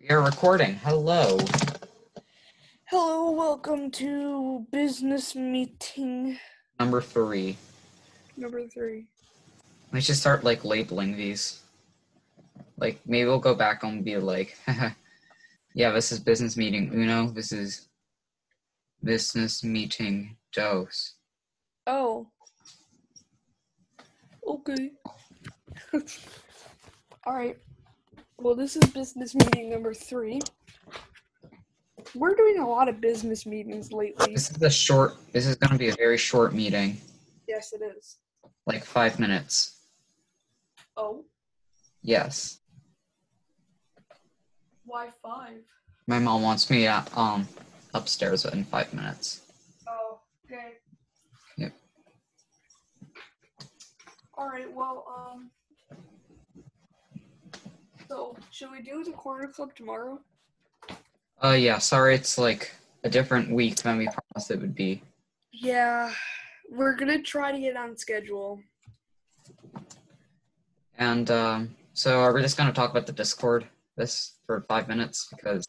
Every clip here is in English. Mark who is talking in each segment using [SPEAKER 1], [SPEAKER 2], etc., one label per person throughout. [SPEAKER 1] We are recording. Hello.
[SPEAKER 2] Hello, welcome to business meeting
[SPEAKER 1] Number three.
[SPEAKER 2] number three.
[SPEAKER 1] We should start like labeling these. Like maybe we'll go back and be like, yeah, this is business meeting uno. This is business meeting dos.
[SPEAKER 2] Oh. Okay. All right. Well, this is business meeting number three. We're doing a lot of business meetings lately.
[SPEAKER 1] This is a short. This is going to be a very short meeting,
[SPEAKER 2] Yes, it is.
[SPEAKER 1] like five minutes.
[SPEAKER 2] Oh,
[SPEAKER 1] Yes.
[SPEAKER 2] why five?
[SPEAKER 1] My mom wants me uh, um upstairs in five minutes.
[SPEAKER 2] Oh, okay.
[SPEAKER 1] Yep.
[SPEAKER 2] All right. Well, um. So, should we do the corner club tomorrow?
[SPEAKER 1] Uh yeah. Sorry, it's like a different week than we promised it would be.
[SPEAKER 2] Yeah, we're gonna try to get on schedule.
[SPEAKER 1] And um, so are we just going to talk about the Discord this for five minutes because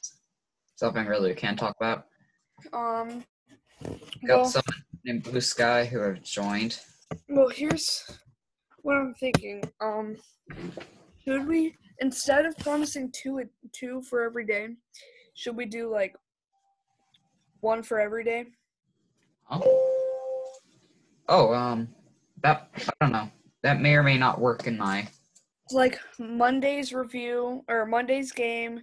[SPEAKER 1] something really we can't talk about.
[SPEAKER 2] Um,
[SPEAKER 1] We got
[SPEAKER 2] well,
[SPEAKER 1] someone named Blue Sky who have joined.
[SPEAKER 2] well, here's what I'm thinking. Um, should we instead of promising two a- two for every day, should we do like one for every day?
[SPEAKER 1] Oh, oh um, that I don't know. That may or may not work in my.
[SPEAKER 2] Like Monday's review or Monday's game,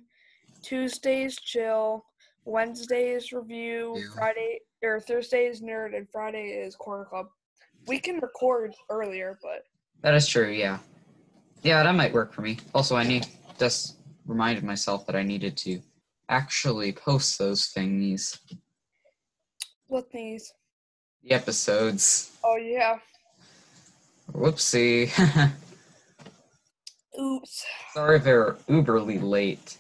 [SPEAKER 2] Tuesday's chill, Wednesday's review,
[SPEAKER 1] Yeah.
[SPEAKER 2] Friday or Thursday is nerd, and Friday is corner club. We can record earlier, but.
[SPEAKER 1] That is true. Yeah, yeah, that might work for me. Also, I need just reminded myself that I needed to actually post those thingies,
[SPEAKER 2] What things?
[SPEAKER 1] the episodes.
[SPEAKER 2] Oh yeah.
[SPEAKER 1] Whoopsie.
[SPEAKER 2] Oops.
[SPEAKER 1] Sorry if they're uberly late.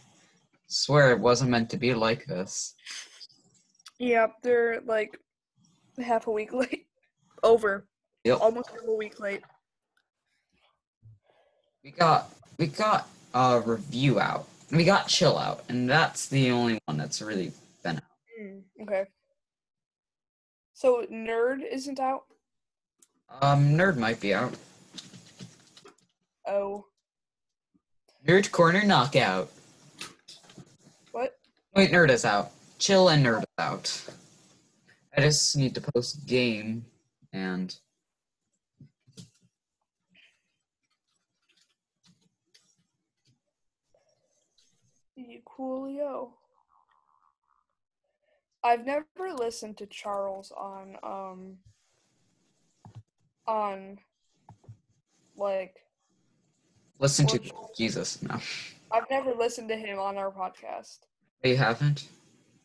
[SPEAKER 1] Swear it wasn't meant to be like this.
[SPEAKER 2] Yep, they're like half a week late. Over.
[SPEAKER 1] Yep.
[SPEAKER 2] Almost half a week late.
[SPEAKER 1] We got we got a review out. We got chill out, and that's the only one that's really been out.
[SPEAKER 2] Mm, okay. So nerd isn't out.
[SPEAKER 1] Um, nerd might be out.
[SPEAKER 2] Oh,
[SPEAKER 1] Nerd corner knockout.
[SPEAKER 2] what?
[SPEAKER 1] Wait, nerd is out. Chill and nerd is out. I just need to post game and
[SPEAKER 2] You coolio. I've never listened to Charles on um on like
[SPEAKER 1] listen to Jesus. No,
[SPEAKER 2] I've never listened to him on our podcast.
[SPEAKER 1] you haven't.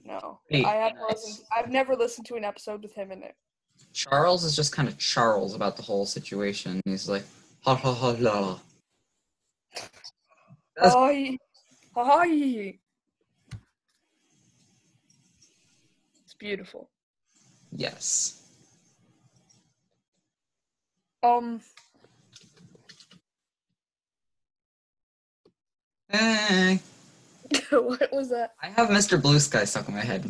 [SPEAKER 2] No,
[SPEAKER 1] Hey,
[SPEAKER 2] I haven't
[SPEAKER 1] nice.
[SPEAKER 2] listened. I've never listened to an episode with him in it.
[SPEAKER 1] Charles is just kind of Charles about the whole situation. He's like, ha ha ha la. That's-
[SPEAKER 2] Hi, hi. It's beautiful.
[SPEAKER 1] Yes.
[SPEAKER 2] Um,
[SPEAKER 1] Hey,
[SPEAKER 2] what was that?
[SPEAKER 1] I have Mr. Blue Sky stuck in my head,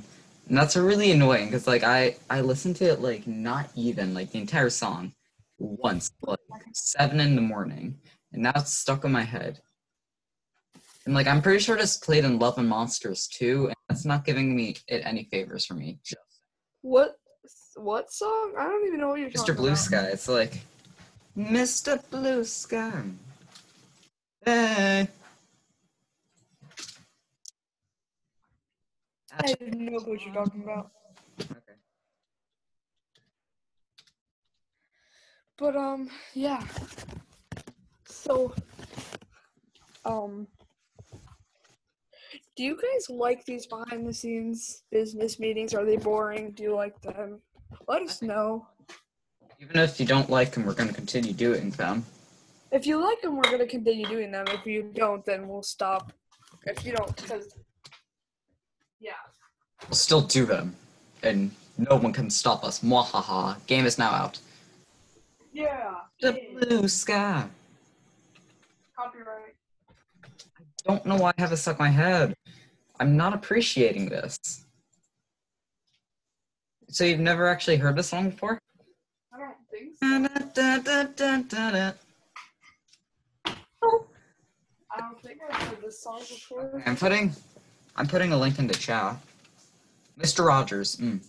[SPEAKER 1] and that's really annoying because like I I listened to it like not even like the entire song once like seven in the morning, and now it's stuck in my head. And like I'm pretty sure it's played in Love and Monsters too, and that's not giving me it any favors for me. Just
[SPEAKER 2] What? What song? I don't even know what you're talking
[SPEAKER 1] Mr. Blue
[SPEAKER 2] about.
[SPEAKER 1] Sky, it's like Mr. Blue Sky. Eh. Hey.
[SPEAKER 2] I have no clue what you're talking about.
[SPEAKER 1] Okay.
[SPEAKER 2] But um, yeah. So, um, do you guys like these behind the scenes business meetings? Are they boring? Do you like them? Let us know.
[SPEAKER 1] Even if you don't like them, we're going to continue doing them.
[SPEAKER 2] If you like them, we're gonna continue doing them. If you don't, then we'll stop. If you don't, because yeah,
[SPEAKER 1] We'll still do them, and no one can stop us. Mwahaha. Game is now out.
[SPEAKER 2] yeah,
[SPEAKER 1] The blue sky.
[SPEAKER 2] copyright.
[SPEAKER 1] Don't know why I have it stuck in my head. I'm not appreciating this. So you've never actually heard this song before?
[SPEAKER 2] I don't think
[SPEAKER 1] Mm.
[SPEAKER 2] so.
[SPEAKER 1] Da-da-da-da-da-da.
[SPEAKER 2] I don't think I've heard this song before.
[SPEAKER 1] I'm putting, I'm putting a link in the chat. Mr. Rogers. Mm.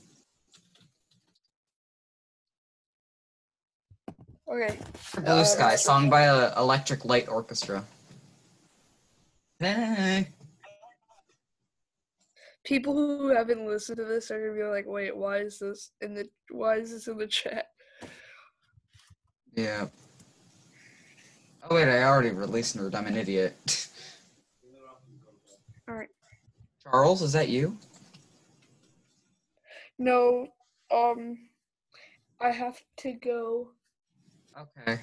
[SPEAKER 2] Okay.
[SPEAKER 1] Blue
[SPEAKER 2] Uh,
[SPEAKER 1] Sky,
[SPEAKER 2] Mr.
[SPEAKER 1] sung by a Electric Light Orchestra. Hey.
[SPEAKER 2] People who haven't listened to this are gonna be like, wait, why is this in the why is this in the chat?
[SPEAKER 1] Yeah. Oh wait, I already released nerd. I'm an idiot.
[SPEAKER 2] Alright.
[SPEAKER 1] Charles, is that you?
[SPEAKER 2] No, um I have to go.
[SPEAKER 1] Okay.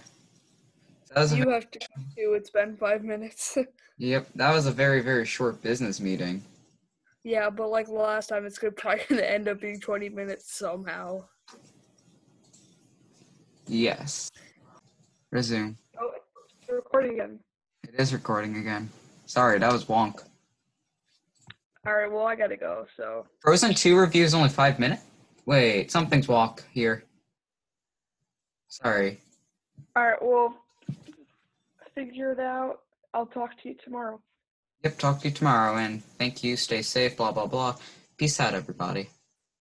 [SPEAKER 1] That was a,
[SPEAKER 2] You have to go too. It's been five minutes.
[SPEAKER 1] yep. That was a very very short business meeting.
[SPEAKER 2] yeah, but like last time it's gonna probably gonna end up being twenty minutes somehow.
[SPEAKER 1] Yes. Resume.
[SPEAKER 2] Oh it's recording again.
[SPEAKER 1] It is recording again. Sorry, that was wonk.
[SPEAKER 2] Alright, well I gotta go, so
[SPEAKER 1] Frozen Two review is only five minutes. Wait, something's wonk here. Sorry.
[SPEAKER 2] alright, well figure it out. I'll talk to you tomorrow.
[SPEAKER 1] Yep. Talk to you tomorrow, and thank you. Stay safe. Blah blah blah. Peace out, everybody.